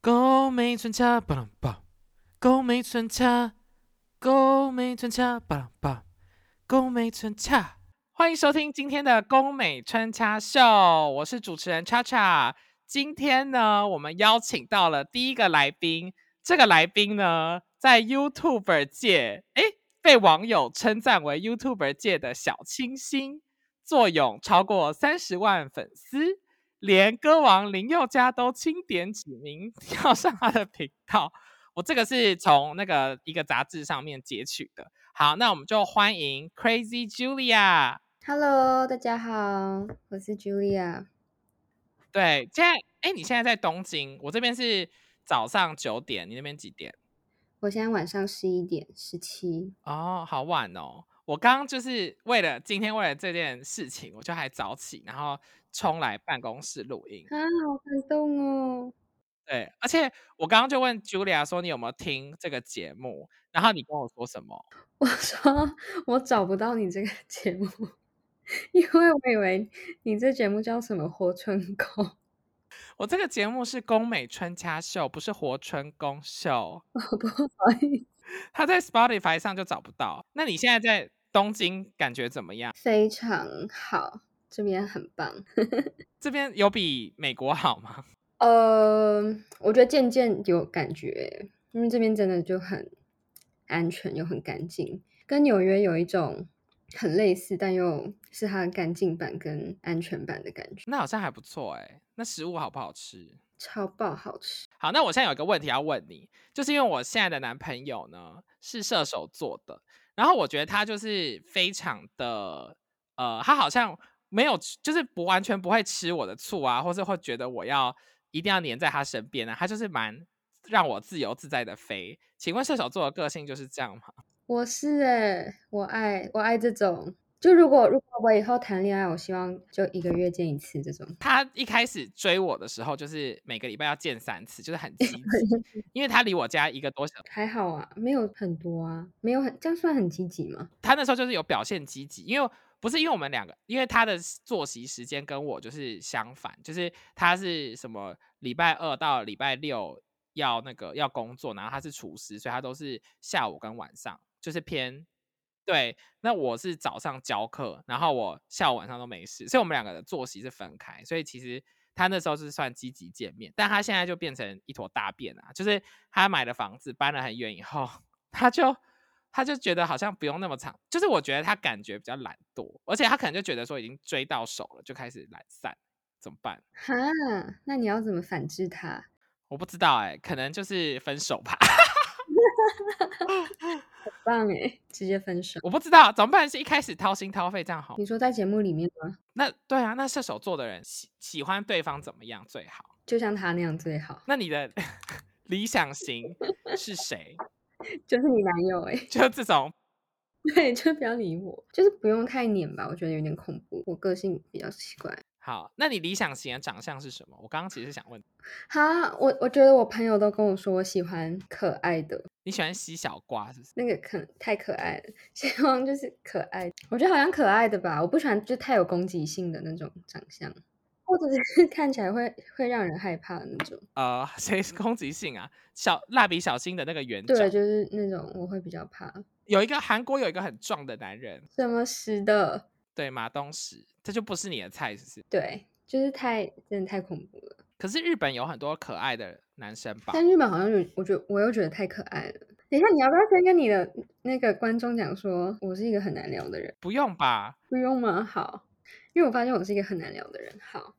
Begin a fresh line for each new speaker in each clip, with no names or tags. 高美村恰巴朗巴，高美村恰，高美村恰巴朗巴，高美村恰。
欢迎收听今天的宫美穿插秀，我是主持人叉叉。今天呢，我们邀请到了第一个来宾，这个来宾呢，在 YouTuber 界，诶，被网友称赞为 YouTuber 界的小清新，坐拥超过三十万粉丝，连歌王林宥嘉都钦点指名要 上他的频道。我这个是从那个一个杂志上面截取的。好，那我们就欢迎 Crazy Julia。
Hello，大家好，我是 Julia。
对，现在哎，你现在在东京，我这边是早上九点，你那边几点？
我现在晚上十一点十七。
哦，好晚哦！我刚刚就是为了今天为了这件事情，我就还早起，然后冲来办公室录音。
啊，好感动哦！
对，而且我刚刚就问 Julia 说你有没有听这个节目，然后你跟我说什么？
我说我找不到你这个节目， 因为我以为你这节目叫什么“活春宫
我这个节目是宫美春掐秀，不是活春宫秀。”，
不好意思，
他在 Spotify 上就找不到。那你现在在东京感觉怎么样？
非常好，这边很棒。
这边有比美国好吗？
呃，我觉得渐渐有感觉，因为这边真的就很安全又很干净，跟纽约有一种很类似，但又是它的干净版跟安全版的感觉，
那好像还不错哎、那食物好不好吃？
超爆好吃。
好，那我现在有一个问题要问你，就是因为我现在的男朋友呢是射手座的，然后我觉得他就是非常的呃，他好像没有吃就是不完全不会吃我的醋啊，或是会觉得我要一定要黏在他身边啊，他就是蛮让我自由自在的飞。请问射手座的个性就是这样吗？
我是哎、我爱我爱这种。就如果如果我以后谈恋爱，我希望就一个月见一次这种。
他一开始追我的时候，就是每个礼拜要见三次，就是很积极，因为他离我家一个多小时。
还好啊，没有很多啊，没有很这样算很积极吗？
他那时候就是有表现积极，因为不是因为我们两个，因为他的时作息时间跟我就是相反，就是他是什么礼拜二到礼拜六要那个要工作，然后他是厨师，所以他都是下午跟晚上，就是偏对。那我是早上教课，然后我下午晚上都没事，所以我们两个的作息是分开，所以其实。他那时候是算积极见面，但他现在就变成一坨大便啊！就是他买了房子，搬了很远以后， 他就他就觉得好像不用那么长，就是我觉得他感觉比较懒惰，而且他可能就觉得说已经追到手了，就开始懒散，怎么办？
哈，那你要怎么反制他？
我不知道哎、可能就是分手吧，
很棒哎、直接分手。
我不知道怎么办，是一开始掏心掏肺这样好
你？说在节目里面吗？
那对啊，那射手座的人喜喜欢对方怎么样最好？
就像他那样最好，
那你的 理想型是谁？
就是你男友哎、
就这种
对，就不要理我，就是不用太黏吧，我觉得有点恐怖，我个性比较奇怪。
好，那你理想型的长相是什么？我刚刚其实想问，
哈，我我觉得我朋友都跟我说我喜欢可爱的，
你喜欢吸小瓜是不是？
那个可能太可爱了， 希望就是可爱。我觉得好像可爱的吧，我不喜欢就太有攻击性的那种长相，或者是 看起来会会让人害怕的那种。
呃， 谁是攻击性啊？小蜡笔小新的那个园长，
对，就是那种我会比较怕。
有一个韩国有一个很壮的男人，
什么时的？
对马东石，这就不是你的菜，是不是？
对，就是太真的太恐怖了。
可是日本有很多可爱的男生吧？
但日本好像有，我觉得我又觉得太可爱了。等一下，你要不要先跟你的那个观众讲说，我是一个很难聊的人？
不用吧？
不用吗？好，因为我发现我是一个很难聊的人。好，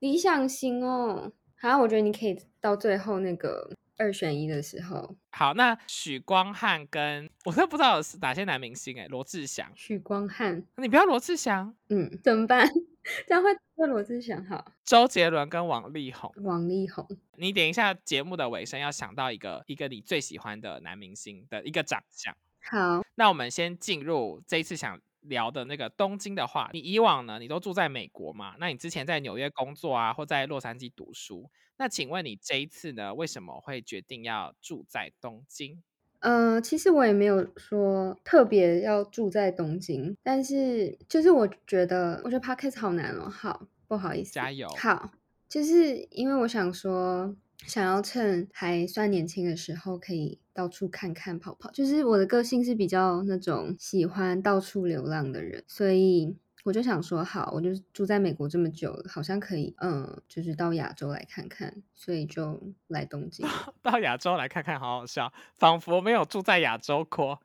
理想型哦，好，我觉得你可以到最后那个二选一的时候，
好，那许光汉跟我都不知道是哪些男明星哎、罗志祥，
许光汉，
你不要罗志祥，
嗯，怎么办？ 这样会对罗志祥好，
周杰伦跟王力宏，
王力宏，
你点一下节目的尾声要想到一个一个你最喜欢的男明星的一个长相。
好，
那我们先进入这一次想聊的那个东京的话，你以往呢，你都住在美国嘛？那你之前在纽约工作啊，或在洛杉矶读书，那请问你这一次呢，为什么会决定要住在东京？
呃，其实我也没有说特别要住在东京，但是就是我觉得，我觉得 podcast 好难哦。好，不好意思，
加油
好，就是因为我想说，想要趁还算年轻的时候，可以到处看看跑跑。就是我的个性是比较那种喜欢到处流浪的人，所以我就想说，好，我就住在美国这么久了，好像可以，嗯，就是到亚洲来看看，所以就来东京了。
到亚洲来看看，好好笑，仿佛没有住在亚洲过。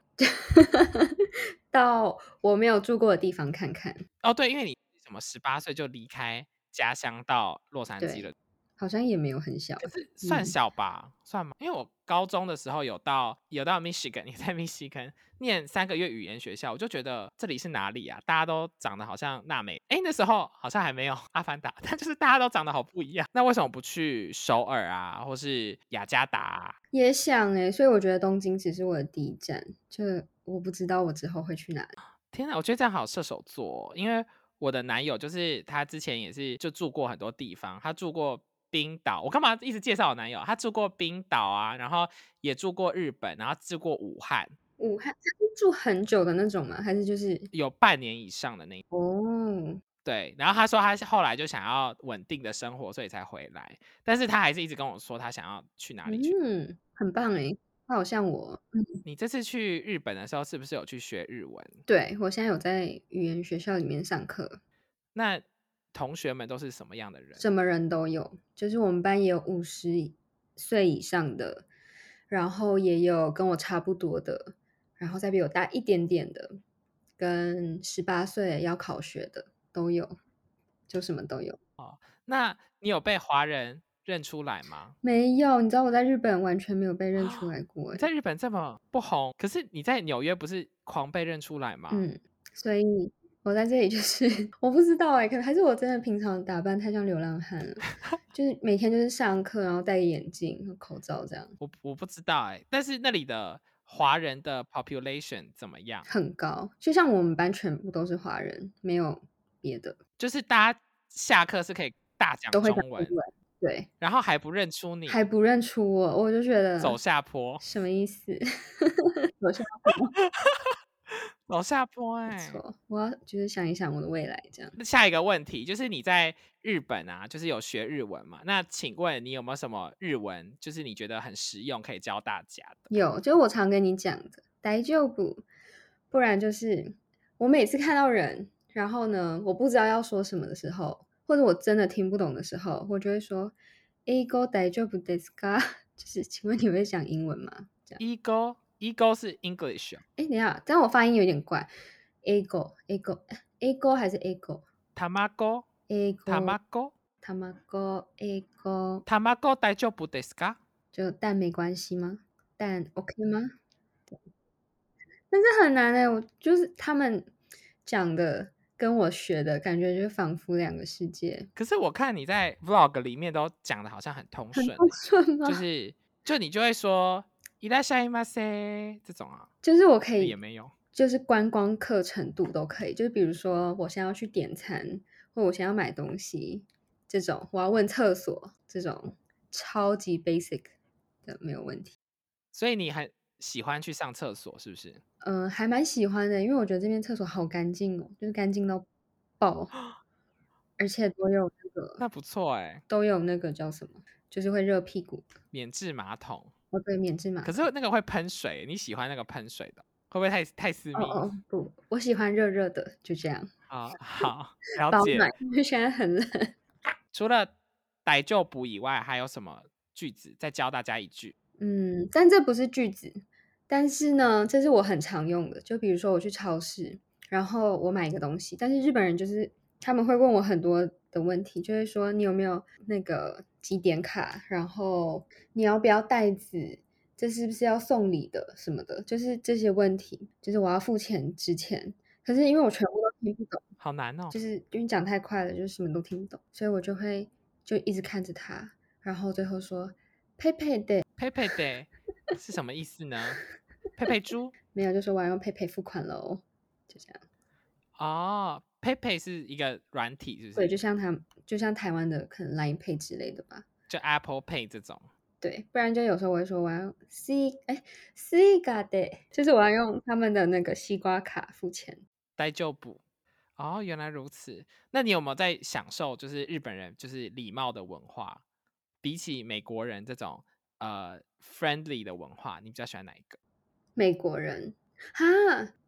到我没有住过的地方看看，
哦，对，因为你什么十八岁就离开家乡到洛杉矶
对
了，
好像也没有很小。
可是算
嗯
小吧，算吗？因为我高中的时候有到有到 Michigan，也在 Michigan 念三个月语言学校，我就觉得这里是哪里啊？大家都长得好像娜美，哎，那时候好像还没有阿凡达，但就是大家都长得好不一样。那为什么不去首尔啊，或是雅加达啊、
也想哎、所以我觉得东京只是我的第一站，就我不知道我之后会去哪里。
天呐，我觉得这样好射手座、哦，因为我的男友就是他之前也是就住过很多地方，他住过冰岛，我干嘛一直介绍我男友？他住过冰岛啊，然后也住过日本，然后住过武汉，
武汉住很久的那种吗？还是就是
有半年以上的那一
哦，
对。然后他说他是后来就想要稳定的生活，所以才回来，但是他还是一直跟我说他想要去哪里去。
嗯，很棒哎、他好像我，嗯，
你这次去日本的时候是不是有去学日文？
对我现在有在语言学校里面上课，
那同学们都是什么样的人？
什么人都有，就是我们班也有五十岁以上的，然后也有跟我差不多的，然后再比我大一点点的，跟十八岁要考学的都有，就什么都有。
那你有被华人认出来吗？
没有，你知道我在日本完全没有被认出来过
你
欸，
在日本这么不红，可是你在纽约不是狂被认出来吗？
嗯，所以我在这里就是 我不知道哎、可能还是我真的平常打扮太像流浪汉了，就是每天就是上课，然后戴个眼镜、和口罩这样，
我我不知道哎、但是那里的华人的 population 怎么样？
很高，就像我们班全部都是华人，没有别的，
就是大家下课是可以大讲
都会
中
讲中
文，
文，对，
然后还不认出你，
还不认出我，我就觉得
走下坡，
什么意思？走下
走下坡
不
哎、
错，我要就是想一想我的未来这样。
那下一个问题就是你在日本啊，就是有学日文嘛？那请问你有没有什么日文，就是你觉得很实用可以教大家的？
有，就是我常跟你讲的，待就不，不然就是我每次看到人，然后呢，我不知道要说什么的时候，或者我真的听不懂的时候，我就会说 “a go 待就不 d e s a 就是请问你会讲英文吗？这样，
e g o e g o 是 English，哦、
哎，等一下，但我发音有点怪，a go a go a go 还是 a go
Tamago
a go
Tamago
他妈 go a go
たまご大丈夫ですか？
就但没关系吗？但 OK 吗？但是很难哎、我就是他们讲的跟我学的感觉，就仿佛两个世界，
可是我看你在 vlog 里面都讲的好像很通
很
顺欸，
不顺啊吗？
就是就你就会说いらっしゃいませ这种啊，
就是我可以
也，没有。
就是观光课程度都可以，就是比如说我现在要去点餐，或我现在要买东西这种，我要问厕所这种超级 basic 的没有问题。
所以你很喜欢去上厕所，是不是？
嗯、还蛮喜欢的，因为我觉得这边厕所好干净哦，就是干净到爆，而且都有那个
那不错哎、
都有那个叫什么，就是会热屁股，
免治马桶。
哦对，免治马
可
桶。
是那个会喷水，你喜欢那个喷水的，会不会太太私密
哦哦不，我喜欢热热的，就这样。
啊、好，了
包
解。
暖，因为现在很冷。
除了逮就补以外，还有什么句子？再教大家一句。
嗯，但这不是句子，但是呢，这是我很常用的。就比如说我去超市，然后我买一个东西，但是日本人就是他们会问我很多的问题，就会说你有没有那个几点卡，然后你要不要袋子，这是不是要送礼的什么的，就是这些问题，就是我要付钱之前。可是因为我全部都听不懂，
好难哦！
就是因为讲太快了，就是什么都听不懂，所以我就会就一直看着他，然后最后说佩佩的。
佩佩 的是什么意思呢？佩佩猪
没有，就说我要用 PayPay 付款喽，就这样。
哦，佩佩是一个软体，是不是？
对，就像他，就像台湾的可能 Line Pay 之类的吧。
就 Apple Pay 这种。
对，不然就有时候我会说我要 C 哎 C 卡的，E，就是我要用他们的那个西瓜卡付钱。
待就补。哦，原来如此。那你有没有在享受就是日本人就是礼貌的文化？比起美国人这种呃 friendly 的文化，你比较喜欢哪一个？
美国人哈，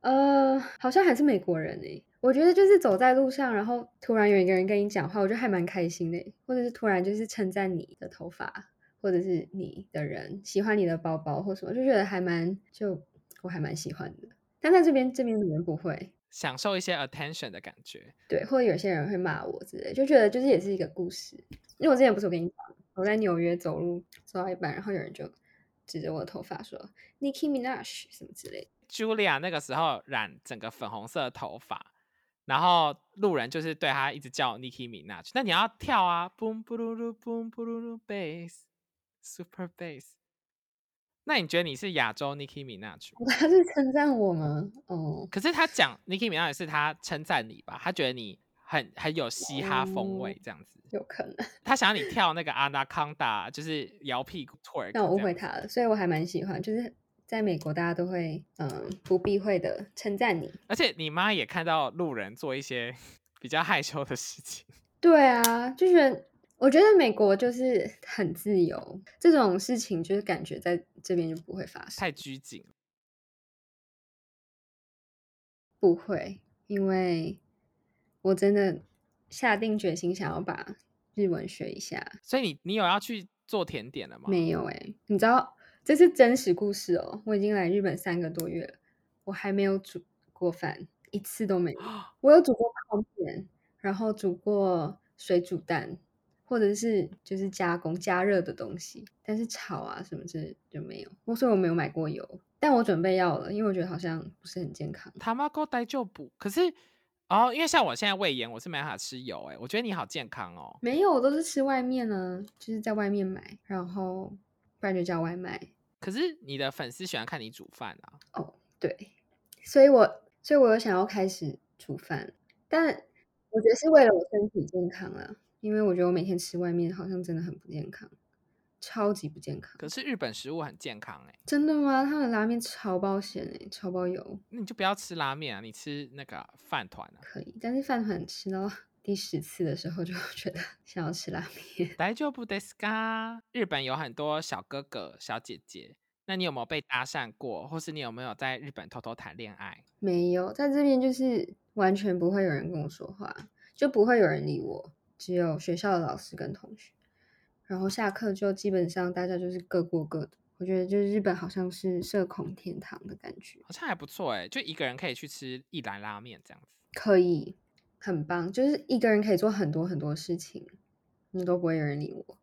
呃，好像还是美国人诶、欸我觉得就是走在路上，然后突然有一个人跟你讲话，我觉得还蛮开心的欸、或者是突然就是称赞你的头发，或者是你的人喜欢你的包包或什么，就觉得还蛮就我还蛮喜欢的。但在这边这边的人不会，
享受一些 attention 的感觉。
对，或者有些人会骂我之类，就觉得就是也是一个故事。因为我之前不是我跟你讲，我在纽约走路走到一半，然后有人就指着我的头发说 “Nicki Minaj” 什么之类的
Julia 那个时候染整个粉红色的头发，然后路人就是对她一直叫 Nicki Minaj，那你要跳啊，boom boom boom boom boom bass super bass。那你觉得你是亚洲 Nicki Minaj 吗？
他是称赞我吗？哦，
可是他讲 Nicki Minaj 也是他称赞你吧？他觉得你很很有嘻哈风味
哦
这样子，
有可能。
他想要你跳那个 Anaconda，就是摇屁股 twerk。
那我误会他了，所以我还蛮喜欢，就是在美国大家都会嗯、呃不避讳的称赞你。
而且你妈也看到路人做一些 比较害羞的事情。
对啊，就是我觉得美国就是很自由，这种事情就是感觉在这边就不会发生，
太拘谨。
不会，因为我真的下定决心想要把日文学一下。
所以你你有要去做甜点了吗？
没有哎、你知道这是真实故事哦，我已经来日本三个多月了，我还没有煮过饭，一次都没有。我有煮过泡面，然后煮过水煮蛋，或者是就是加工加热的东西，但是炒啊什么之类就没有。我所以我没有买过油，但我准备要了，因为我觉得好像不是很健康。
他妈够呆就补。可是哦，因为像我现在胃炎，我是没办法吃油哎、我觉得你好健康哦。
没有，我都是吃外面呢、就是在外面买，然后不然就叫外卖。
可是你的粉丝喜欢看你煮饭啊，
对，所以我所以我有想要开始煮饭，但我觉得是为了我身体健康啦，因为我觉得我每天吃外面好像真的很不健康，超级不健康。
可是日本食物很健康哎、
真的吗？他们拉面超包咸诶、超包油，
那你就不要吃拉面啊，你吃那个饭团啊，
可以。但是饭团吃到第十次的时候，就 觉得想要吃拉面。
呆就不得 s k 日本有很多小哥哥小姐姐，那你有没有被搭讪过，或是你有没有在日本偷偷谈恋爱？
没有，在这边就是完全不会有人跟我说话，就不会有人理我，只有学校的老师跟同学。然后下课就基本上大家就是各过各的。我觉得就是日本好像是社恐天堂的感觉，
好像还不错哎、就一个人可以去吃一兰拉面这样子。
可以很棒，就是一个人可以做很多很多事情，你都不会有人理我。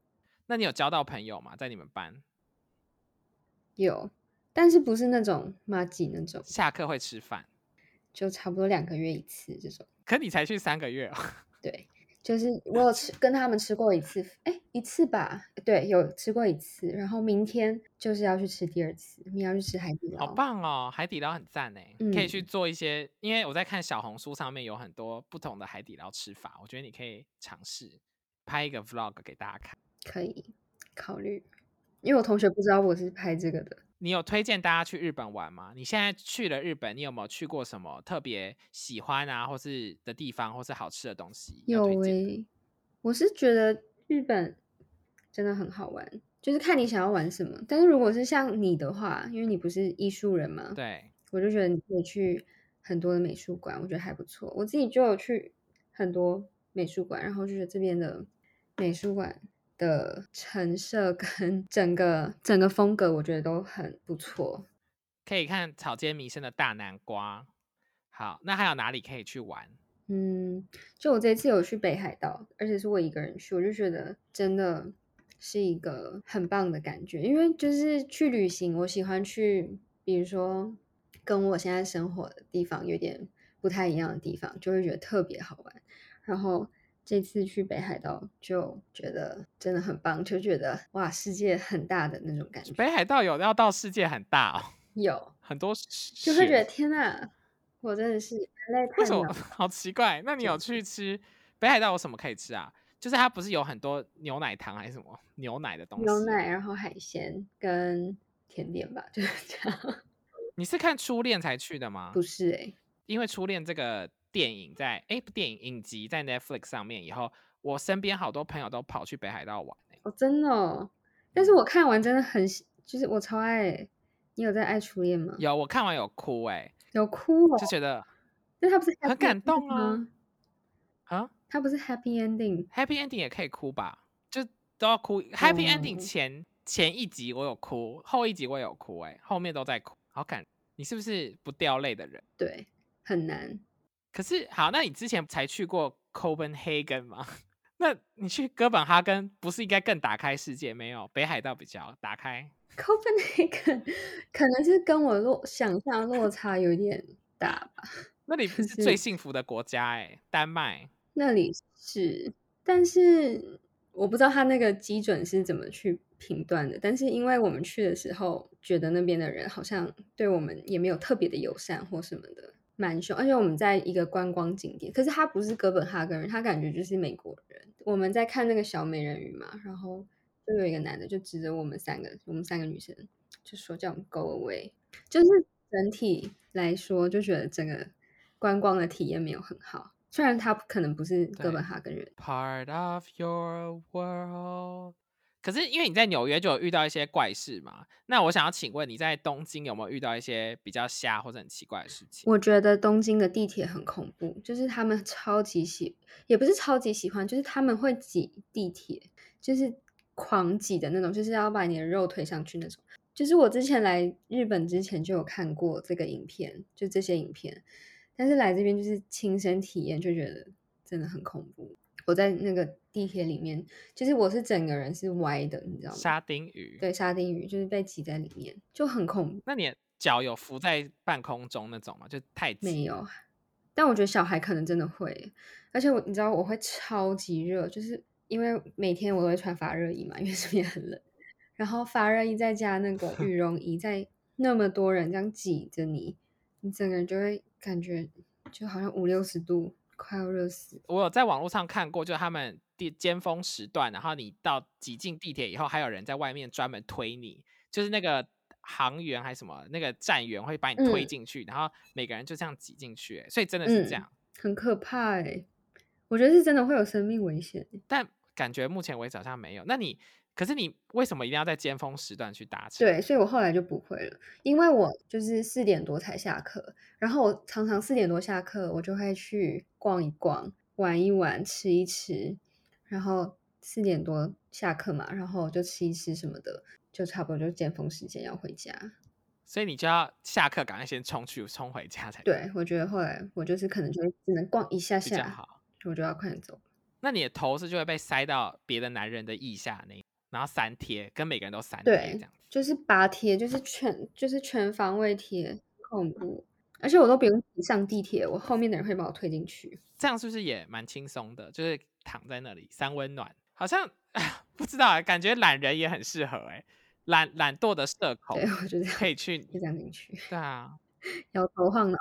那你有交到朋友吗？在你们班
有，但是不是那种马吉那种，
下课会吃饭，
就差不多两个月一次这种。
可你才去三个月、哦，
对，就是我有吃跟他们吃过一次，哎，一次吧，对，有吃过一次，然后明天就是要去吃第二次，明天要去吃海底捞。
好棒哦！海底捞很赞哎，可以去
嗯
做一些，因为我在看小红书上面有很多不同的海底捞吃法，我觉得你可以尝试拍一个 vlog 给大家看。
可以考虑，因为我同学不知道我是拍这个的。
你有推荐大家去日本玩吗？你现在去了日本，你有没有去过什么特别喜欢啊，或是的地方，或是好吃的东西？ 要
有
推
诶、
荐的
我是觉得日本真的很好玩，就是看你想要玩什么。但是如果是像你的话，因为你不是艺术人嘛，
对，
我就觉得你可以去很多的美术馆，我觉得还不错。我自己就有去很多美术馆，然后就觉得这边的美术馆的陈设跟 整个整个风格，我觉得都很不错。
可以看草间弥生的大南瓜。好，那还有哪里可以去玩？
嗯，就我这次有去北海道，而且是我一个人去，我就觉得真的是一个很棒的感觉。因为就是去旅行，我喜欢去，比如说跟我现在生活的地方有点不太一样的地方，就会觉得特别好玩。然后这次去北海道，就觉得真的很棒，就觉得哇，世界很大的那种感觉。
北海道有要到世界很大哦，
有，
很多
就
就
会觉得天呐，我真的是人类
为
太
什
渺
么 好奇怪？那你有去吃北海道有什么可以吃啊？就是它不是有很多牛奶糖还是什么牛奶的东西？
牛奶，然后海鲜跟甜点吧，就是 这样。
你是看初恋才去的吗？
不是哎、
因为初恋这个电影在哎、不电影影集在 Netflix 上面以后，我身边好多朋友都跑去北海道玩、欸、
哦，真的哦。但
嗯
是我看完真的很喜，就是我超爱。欸你有在爱初恋吗？
有我看完有哭哎、
有哭哦
就。觉得
那他不是
很
happy
感
ending
动啊
吗？
啊
他不是 happy ending，
，Happy Ending 也可以哭吧，就都要哭。Happy Ending
哦
前、前一集我有哭，后一集我也有哭哎、后面都在哭，好感。你是不是不掉泪的人？
对，很难。
可是好，那你之前才去过 Copenhagen 吗？ 那你去哥本哈根不是应该更打开世界？没有，北海道比较打开。
Copenhagen 可能是跟我落想象落差有点大吧，
那里
可
是最
是
幸福的国家哎、丹麦。
那里是，但是我不知道他那个基准是怎么去评断的。但是因为我们去的时候，觉得那边的人好像对我们也没有特别的友善或什么的，蛮凶。而且我们在一个观光景点，可是他不是哥本哈根人，他感觉就是美国人。我们在看那个小美人鱼嘛，然后就有一个男的就指着我们三个，我们三个女生就说叫我们 go away，就是整体来说就觉得整个观光的体验没有很好。虽然他可能不是哥
对
本哈根人，
Part of your world。可是因为你在纽约就有遇到一些怪事嘛，那我想要请问你在东京有没有遇到一些比较瞎或者很奇怪的事情？
我觉得东京的地铁很恐怖，就是他们超级喜，也不是超级喜欢，就是他们会挤地铁，就是狂挤的那种，就是要把你的肉推上去那种。就是我之前来日本之前就有看过这个影片，就这些影片，但是来这边就是亲身体验，就觉得真的很恐怖。我在那个地铁里面，就是我是整个人是歪的，你知道吗？
沙丁鱼。，
对，沙丁鱼就是被挤在里面，就很恐怖。
那你的脚有浮在半空中那种吗？就太
没
挤。
有，但我觉得小孩可能真的会，而且我你知道我会超级热，就是因为每天我都会穿发热衣嘛，因为 这边很冷，然后发热衣再加那个羽绒衣，在那么多人这样挤着你，你整个人就会感觉就好像五六十度，快要热死。
我有在网络上看过，就他们地尖峰时段，然后你到挤进地铁以后，还有人在外面专门推你，就是那个航员还是什么那个站员会把你推
嗯
进去，然后每个人就这样挤进去、欸所以真的是这
嗯
样。
很可怕哎、我觉得是真的会有生命危险欸。
但感觉目前为止好像没有。那你可是你为什么一定要在尖峰时段去搭车？
对，，所以我后来就不会了，因为我就是四点多才下课，然后我常常四点多下课，我就会去逛一逛、玩一玩、吃一吃，然后四点多下课嘛，然后就吃一吃什么的，就差不多就尖峰时间要回家。
所以你就要下课赶快先冲去冲回家才
对，我觉得后来我就是可能就会只能逛一下
比较
下，
好。
我就要快点走。
那你的头是就会被塞到别的男人的腋下那，然后三贴，跟每个人都三贴
对
这样。
就是拔贴，就是全就是全方位贴，恐怖。而且我都不用上地铁，我后面的人会把我推进去。
这样是不是也蛮轻松的？就是躺在那里三温暖，好像 不知道、欸，感觉懒人也很适合哎、懒懒惰的社恐
对，我觉得
可以去。
就这样进去，
对啊，
摇头晃脑。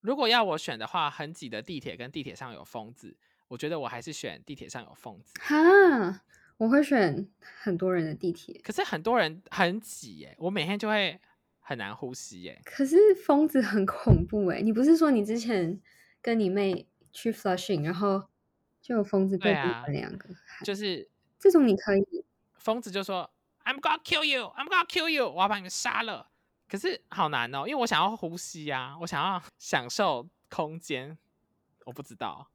如果要我选的话，很挤的地铁跟地铁上有疯子，我觉得我还是选地铁上有疯子。
哈，我会选很多人的地铁，
可是很多人很挤耶，我每天就会很难呼吸欸耶。
可是疯子很恐怖哎、你不是说你之前跟你妹去 Flushing，然后就有疯子
对
对比你
啊
们两个？哈
就是
这种你可以，
疯子就说 "I'm gonna kill you, I'm gonna kill you，我要把你们杀了。可是好难哦，因为我想要呼吸啊，我想要享受空间。我不知道，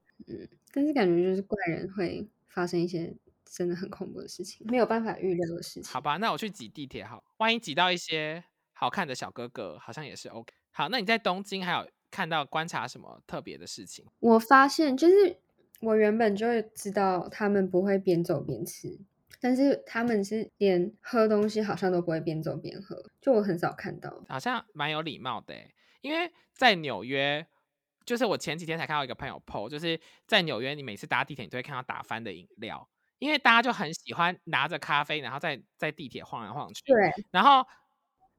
但是感觉就是怪人会发生一些真的很恐怖的事情，没有办法预料的事情。
好，吧，那我去挤地铁好了，万一挤到一些好看的小哥哥，好像也是 OK。好，那你在东京还有看到观察什么特别的事情？
我发现就是我原本就知道他们不会边走边吃，但是他们是连喝东西好像都不会边走边喝，就我很少看到。
好像蛮有礼貌的欸，因为在纽约，就是我前几天才看到一个朋友 PO，就是在纽约，你每次搭地铁，你都会看到打翻的饮料，因为大家就很喜欢拿着咖啡，然后在在地铁晃来晃去。
对，
然后，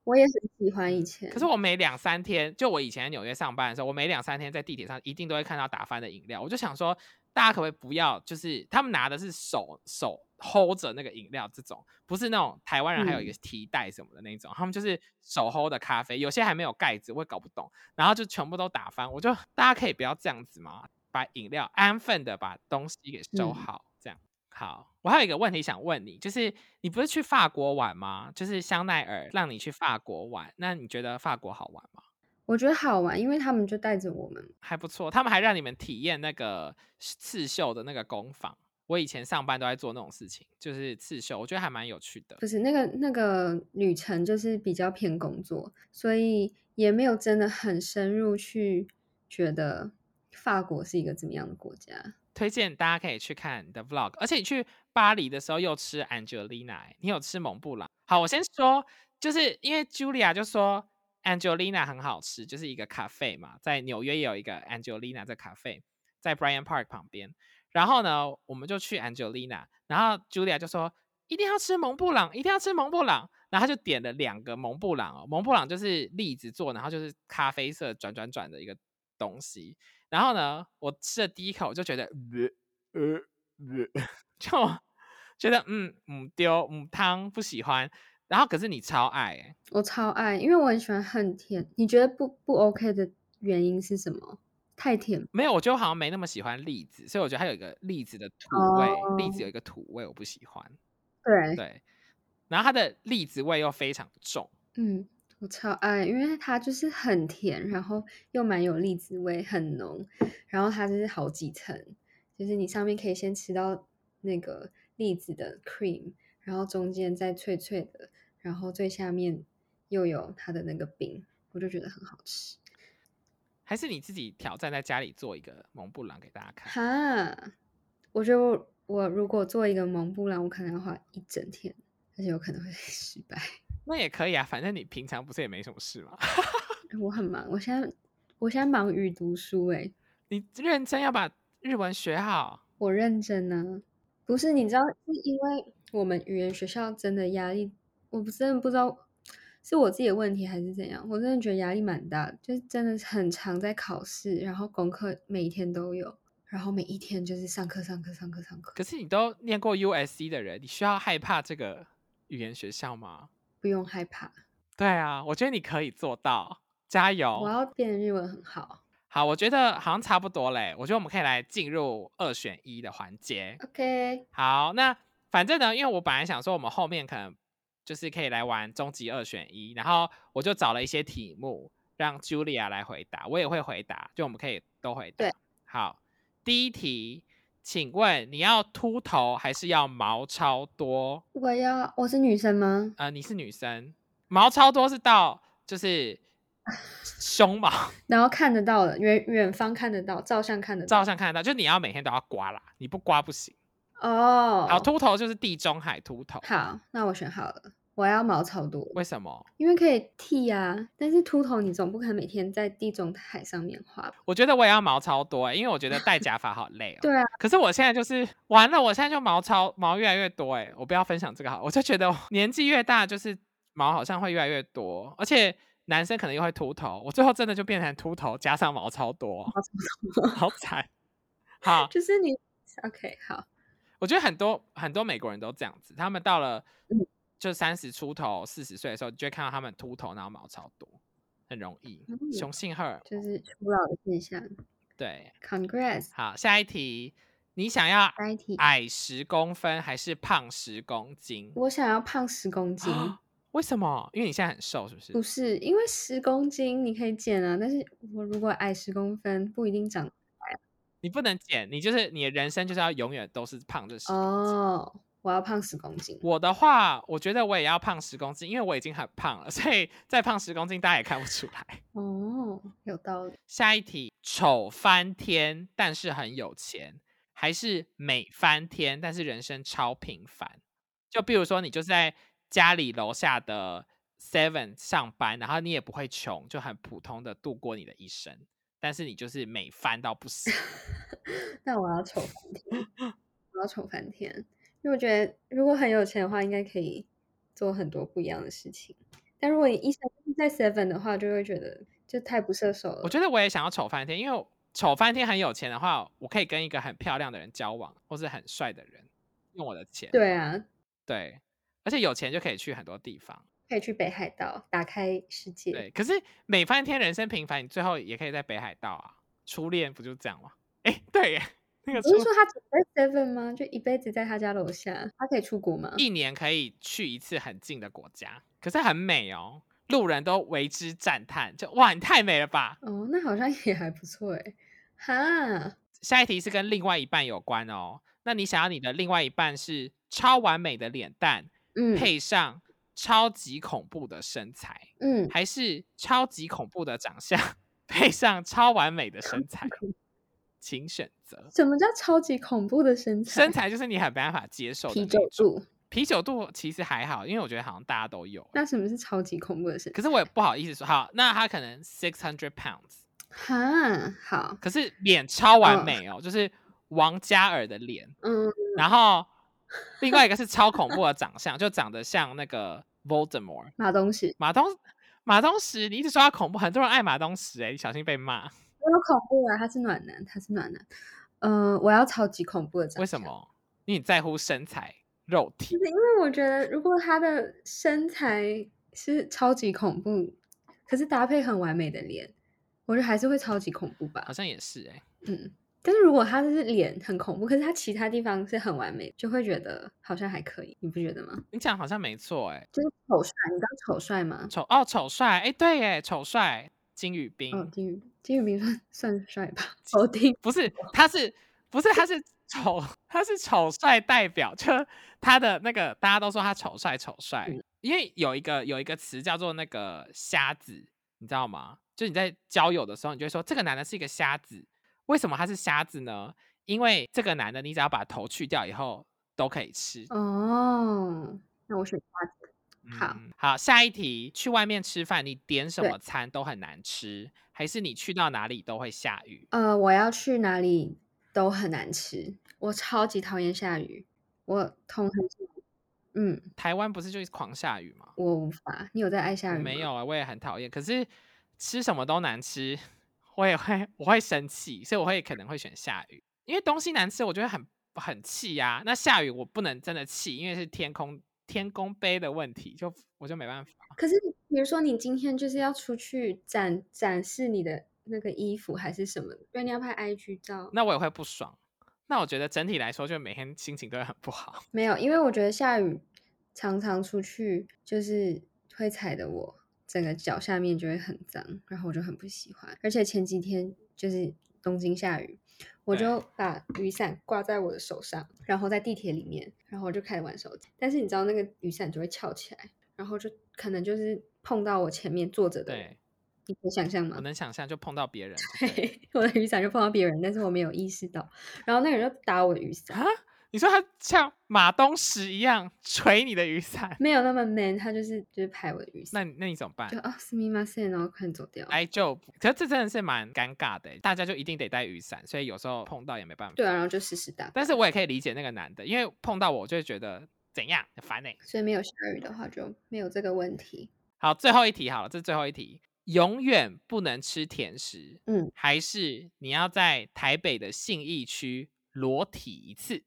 我也很喜欢以前。
嗯可是我每两三天，就我以前在纽约上班的时候，我每两三天在地铁上一定都会看到打翻的饮料，我就想说，大家可不可以不要，就是他们拿的是手手 hold 着那个饮料，这种不是那种台湾人还有一个提袋什么的那种，他们就是手 hold 的咖啡，有些还没有盖子，我也搞不懂。然后就全部都打翻。我就大家可以不要这样子嘛，把饮料安分的把东西给收
嗯
好，这样好，我还有一个问题想问你，就是你不是去法国玩吗？就是香奈儿让你去法国玩，那你觉得法国好玩吗？
我觉得好玩，因为他们就带着我们。
还不错，他们还让你们体验那个刺绣的那个工坊。我以前上班都在做那种事情，就是刺绣，我觉得还蛮有趣的。
不是那个那个旅程就是比较偏工作，所以也没有真的很深入去觉得法国是一个怎么样的国家。
推荐大家可以去看你的 vlog，而且你去巴黎的时候又吃 Angelina，、欸、你有吃蒙布朗？好，我先说，就是因为 Julia 就说 Angelina 很好吃，就是一个咖啡嘛，在纽约也有一个 Angelina 在咖啡，在 Bryant Park 旁边。然后呢，我们就去 Angelina，然后 Julia 就说一定要吃蒙布朗，一定要吃蒙布朗。然后他就点了两个蒙布朗哦，蒙布朗就是栗子做，然后就是咖啡色转转转的一个东西。然后呢，我吃了第一口就觉得，呃呃呃， 就觉得嗯嗯丢嗯汤不喜欢。然后可是你超爱、欸，
我超爱，因为我很喜欢很甜。你觉得不不 OK 的原因是什么？太甜
没有，我就好像没那么喜欢栗子，所以我觉得它有一个栗子的土味，栗子有一个土味我不喜欢。
对，
对，然后它的栗子味又非常重，
嗯，我超爱，因为它就是很甜，然后又蛮有栗子味，很浓，然后它就是好几层，就是你上面可以先吃到那个栗子的 cream，然后中间再脆脆的，然后最下面又有它的那个冰，我就觉得很好吃。
还是你自己挑战在家里做一个蒙布朗给大家看？
哈，我觉得我我如果做一个蒙布朗，我可能要花一整天，而且有可能会 失败。
那也可以啊，反正你平常不是也没什么事嘛。
我很忙，我现在我现在忙于读书、欸，诶，
你认真要把日文学好，
我认真呢、不是你知道，是因为我们语言学校真的压力，我不真的不知道是我自己的问题还是怎样，我真的觉得压力蛮大的，就是真的很常在考试，然后功课每一天都有，然后每一天就是上课上课上课上课，
可是你都念过 USC 的人，你需要害怕这个语言学校吗？
不用害怕，
对啊，我觉得你可以做到，加油！
我要变得日文很好。
好，我觉得好像差不多嘞。我觉得我们可以来进入二选一的环节。
OK，
好，那反正呢，因为我本来想说我们后面可能就是可以来玩终极二选一，然后我就找了一些题目让 Julia 来回答，我也会回答，就我们可以都回答
对。
好，第一题，请问你要秃头还是要毛超多？
我要我是女生吗？
呃，你是女生，毛超多是到就是胸毛，
然后看得到的，远远方看得到，照相看得
照
到。
相看得到，就你要每天都要刮啦，你不刮不行。
哦，
好，秃头就是地中海秃头，
好，那我选好了，我要毛超多，
为什么？
因为可以剃啊。但是秃头你总不可能每天在地中海上面画吧？
我觉得我也要毛超多、欸，因为我觉得戴假发好累哦、
对啊，
可是我现在就是完了，我现在就毛超毛越来越多、欸，哎，我不要分享这个好了，我就觉得我年纪越大，就是毛好像会越来越多，而且男生可能又会秃头，我最后真的就变成秃头加上毛超多，好惨。好，
就是你 OK 好，
我觉得很多很多美国人都这样子，他们到了
嗯
就三十出头、四十岁的时候，你就会看到他们秃头，然后毛超多，很容易
嗯
雄性荷尔蒙。
就是初老的现象。
对，
Congrats，
好，下一题，你想要
下一题，
矮十公分还是胖十公斤？
我想要胖十公斤，
为什么？因为你现在很瘦，是不是？
不是因为十公斤你可以减啊，但是我如果矮十公分不一定长
你不能减，你就是你的人生就是要永远都是胖这十公斤。
哦，我要胖十公斤。
我的话，我觉得我也要胖十公斤，因为我已经很胖了，所以再胖十公斤大家也看不出来。
哦，有道理。
下一题，丑翻天但是很有钱，还是美翻天但是人生超平凡？就比如说你就是在家里楼下的 Seven 上班，然后你也不会穷，就很普通的度过你的一生，但是你就是美翻到不行。
那我要丑翻天， 我要丑翻天，因为我觉得如果很有钱的话，应该可以做很多不一样的事情。但如果你一生就是在 Seven 的话，就会觉得就太不射手了。
我觉得我也想要丑翻天，因为丑翻天很有钱的话，我可以跟一个很漂亮的人交往，或是很帅的人，用我的钱。
对啊，
对，而且有钱就可以去很多地方。
可以去北海道打开世界。
对，可是每翻天人生平凡，你最后也可以在北海道啊，初恋不就这样吗？哎、对耶，那个
你是
出
说他只在 Seven 吗？就一辈子在他家楼下，他可以出国吗？
一年可以去一次很近的国家，可是很美哦，路人都为之赞叹，就哇，你太美了吧！
哦，那好像也还不错诶。哈，
下一题是跟另外一半有关哦，那你想要你的另外一半是超完美的脸蛋，
嗯
配上超级恐怖的身材，
嗯，
还是超级恐怖的长相， 配上超完美的身材，请选择。
什么叫超级恐怖的身材？
身材就是你很没办法接受的
啤
那
酒
种
肚。
啤酒肚其实还好，因为我觉得好像大家都有欸。
那什么是超级恐怖的身材？
可是我也不好意思说，好，那他可能 six hundred pounds，
哈，好，
可是脸超完
嗯
美哦，就是王嘉尔的脸，
嗯，
然后另外一个是超恐怖的长相，就长得像那个 Voldemort
马东石
马东马东石，你一直说他恐怖，很多人爱马东石、欸，哎，你小心被骂，
没有恐怖啊，他是暖男，他是暖男。呃，我要超级恐怖的长
为什
相？
么？因为你在乎身材、肉体
就，是因为我觉得，如果他的身材是超级恐怖，可是搭配很完美的脸，我觉得还是会超级恐怖吧
好。像也是哎、欸
嗯，但是如果他是脸很恐怖，可是他其他地方是很完美，就会觉得好像还可以，你不觉得吗？
你讲好像没错哎、欸
就是丑帅，你知道丑帅吗？
丑哦丑帅，哎、对哎，丑帅金宇彬，
哦，金宇金宇彬算 算帅吧，否定
不是，他是不是他是丑， 他是丑帅代表，就他的那个大家都说他丑帅丑帅，因为有一个有一个词叫做那个瞎子，你知道吗？就你在交友的时候，你就会说这个男的是一个瞎子，为什么他是瞎子呢？因为这个男的，你只要把头去掉以后都可以吃。
哦。那我选花子，好
嗯好，下一题，去外面吃饭，你点什
对
么餐都很难吃，还是你去到哪里都会下雨？
呃，我要去哪里都很难吃，我超级讨厌下雨，我痛恨下雨，嗯，
台湾不是就是狂下雨吗？
我无法。你有在爱下
我
雨吗？
没有啊，我也很讨厌。可是吃什么都难吃，我也会我会生气，所以我会可能会选下雨，因为东西难吃，我就会很很气呀、那下雨我不能真的气，因为是天空天空杯的问题，就我就没办法。
可是比如说你今天就是要出去展展示你的那个衣服还是什么，因为你要拍 IG 照。
那我也会不爽。那我觉得整体来说，就每天心情都会很不好。
没有，因为我觉得下雨常常出去就是会踩的我整个脚下面就会很脏，然后我就很不喜欢。而且前几天就是东京下雨，我
对
就把雨伞挂在我的手上，然后在地铁里面，然后我就开始玩手机。但是你知道那个雨伞就会翘起来，然后就可能就是碰到我前面坐着的人
对，
你可以想象吗
我？能想象就碰到别人就对了
嘿，我的雨伞就碰到别人，但是我没有意识到，然后那个人就打我的雨伞，
啊，你说他像马东石一样捶你的雨 伞，
没有那么 man，他就是就是拍我的雨
那
伞，
你那你怎么办
就？啊すみません，然后快点走掉。
哎，就可是这真的是蛮尴尬的欸，大家就一定得带雨伞，所以有时候碰到也没办法。
对啊，然后就湿湿哒。
但是我也可以理解那个男的，因为碰到我就会觉得怎样很烦哎、
所以没有下雨的话就没有这个问题。
好，最后一题好了，这是最后一题，永远不能吃甜食，
嗯，
还是你要在台北的信义区裸体一次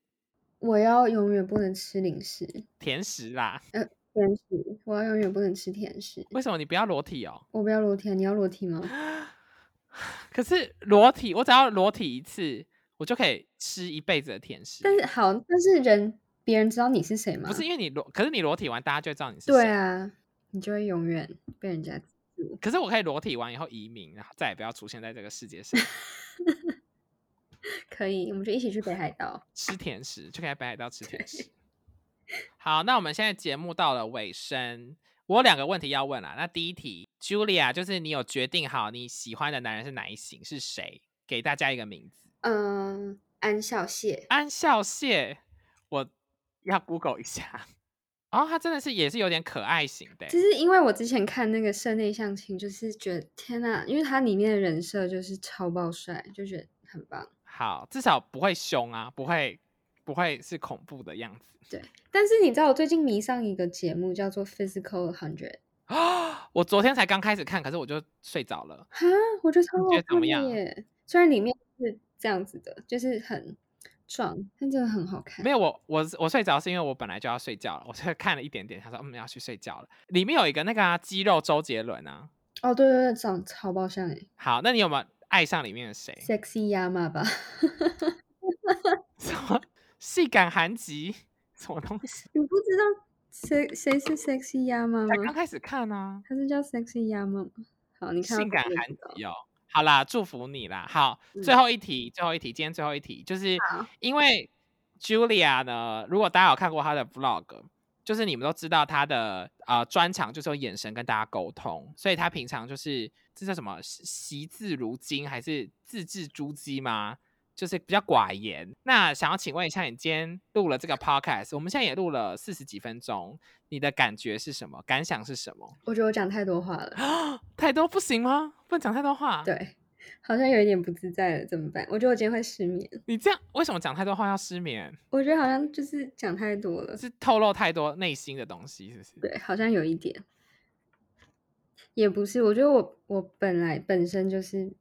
我要永远不能吃零食，
甜食啦？
甜食，我要永远不能吃甜食。
为什么你不要裸体哦？
我不要裸体啊，你要裸体吗？
可是裸体，我只要裸体一次，我就可以吃一辈子的甜食欸。
但 是好，但是人别人知道你是谁吗？
不是因为你裸，可是你裸体完，大家就会知道你是谁。
对啊，你就会永远被人家。
可是我可以裸体完以后移民，然后再也不要出现在这个世界 上，
可以，我们就一起去北海道。
吃甜食就可以在北海道吃甜食。好，那我们现在节目到了尾声，我有两个问题要问啦。那第一题，Julia，就是你有决定好你喜欢的男人是哪一型，是谁？给大家一个名字，
嗯、安孝燮，
安孝燮，我要 Google 一下。哦，他真的是也是有点可爱型的欸，
就是因为我之前看那个室内相亲，就是觉得天呐，因为他里面的人设就是超爆帅，就觉得很棒。
好，至少不会凶啊，不会不会是恐怖的样子。
但是你知道我最近迷上一个节目叫做 Physical Hundred
啊，我昨天才刚开始看，可是我就睡着了。
哈，我觉得超
你
好
觉得怎
看
么
的
样
耶。虽然里面是这样子的，就是很壮，但真的很好看。
没有，我我是我睡着是因为我本来就要睡觉了，我就 看了一点点，他说嗯要去睡觉了。里面有一个那个啊肌肉周杰伦啊，
哦，对对对，长超爆像哎
好，那你有没有爱上里面的谁？
，Sexy Yama 吧。
什么细感寒极 什么东西？
你不知道谁谁是 sexy 鸭妈
才刚
吗？
开始看啊，
他是叫 sexy 鸭妈吗？好，你看到
性感
这个就
寒
知道
极哦。好啦，祝福你啦。好，最后一题，最后一题，今天最后一题，就是
好
因为 Julia 呢，如果大家有看过她的 vlog，就是你们都知道她的呃专长就是用眼神跟大家沟通，所以她平常就是这叫什么惜惜字如金还是字字珠玑吗？就是比较寡言。那想要请问一下，你今天录了这个 podcast，我们现在也录了四十几分钟，你的感觉是什么？感想是什么？
我觉得我讲太多话了，
啊，太多不行吗？不能讲太多话。，啊
对，好像有一点不自在了，怎么办？我觉得我今天会失眠，
你这样为什么讲太多话要失眠？
我觉得好像就是讲太多了，
是透露太多内心的东西，是不是？
对，好像有一点，也不是，我觉得我我本来本身就是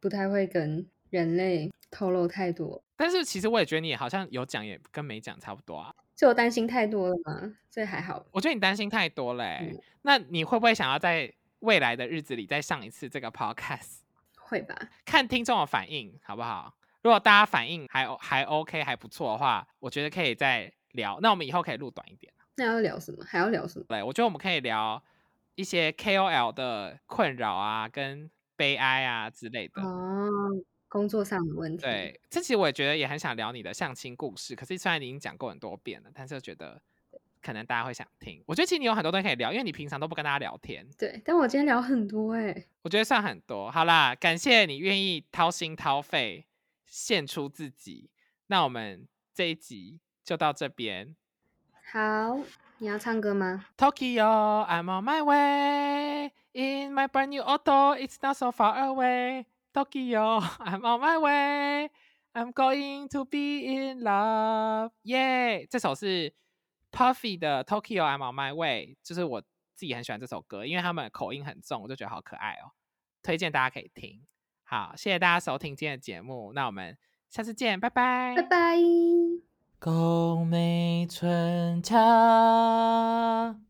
不太会跟人类透露太多，
但是其实我也觉得你好像有讲也跟没讲差不多啊。
是我担心太多了吗？所以还好，
我觉得你担心太多了、欸。
嗯
那你会不会想要在未来的日子里再上一次这个 podcast，
会吧？
看听众的反应好不好？如果大家反应还 O- 还 OK 还不错的话，我觉得可以再聊。那我们以后可以录短一点。
那要聊什么？还要聊什么？
对，我觉得我们可以聊一些 KOL 的困扰啊，跟悲哀啊之类的。
哦，工作上的问题，，
对，这期我也觉得也很想聊你的相亲故事，可是虽然你已经讲过很多遍了，但是我觉得可能大家会想听。我觉得其实你有很多东西可以聊，因为你平常都不跟大家聊天，
对，但我今天聊很多哎、
我觉得算很多。好啦，感谢你愿意掏心掏肺献出自己。那我们这一集就到这边。
好，你要唱歌吗？
Tokyo, I'm on my way. In my brand new auto, it's not so far away. Tokyo, I'm on my way. I'm going to be in love. Yeah，这首是 Puffy 的 Tokyo, I'm on my way，就是我自己很喜欢这首歌，因为他们的口音很重，我就觉得好可爱哦。推荐大家可以听。好，谢谢大家收听今天的节目，那我们下次见，拜拜。
拜拜。
宫美春茶。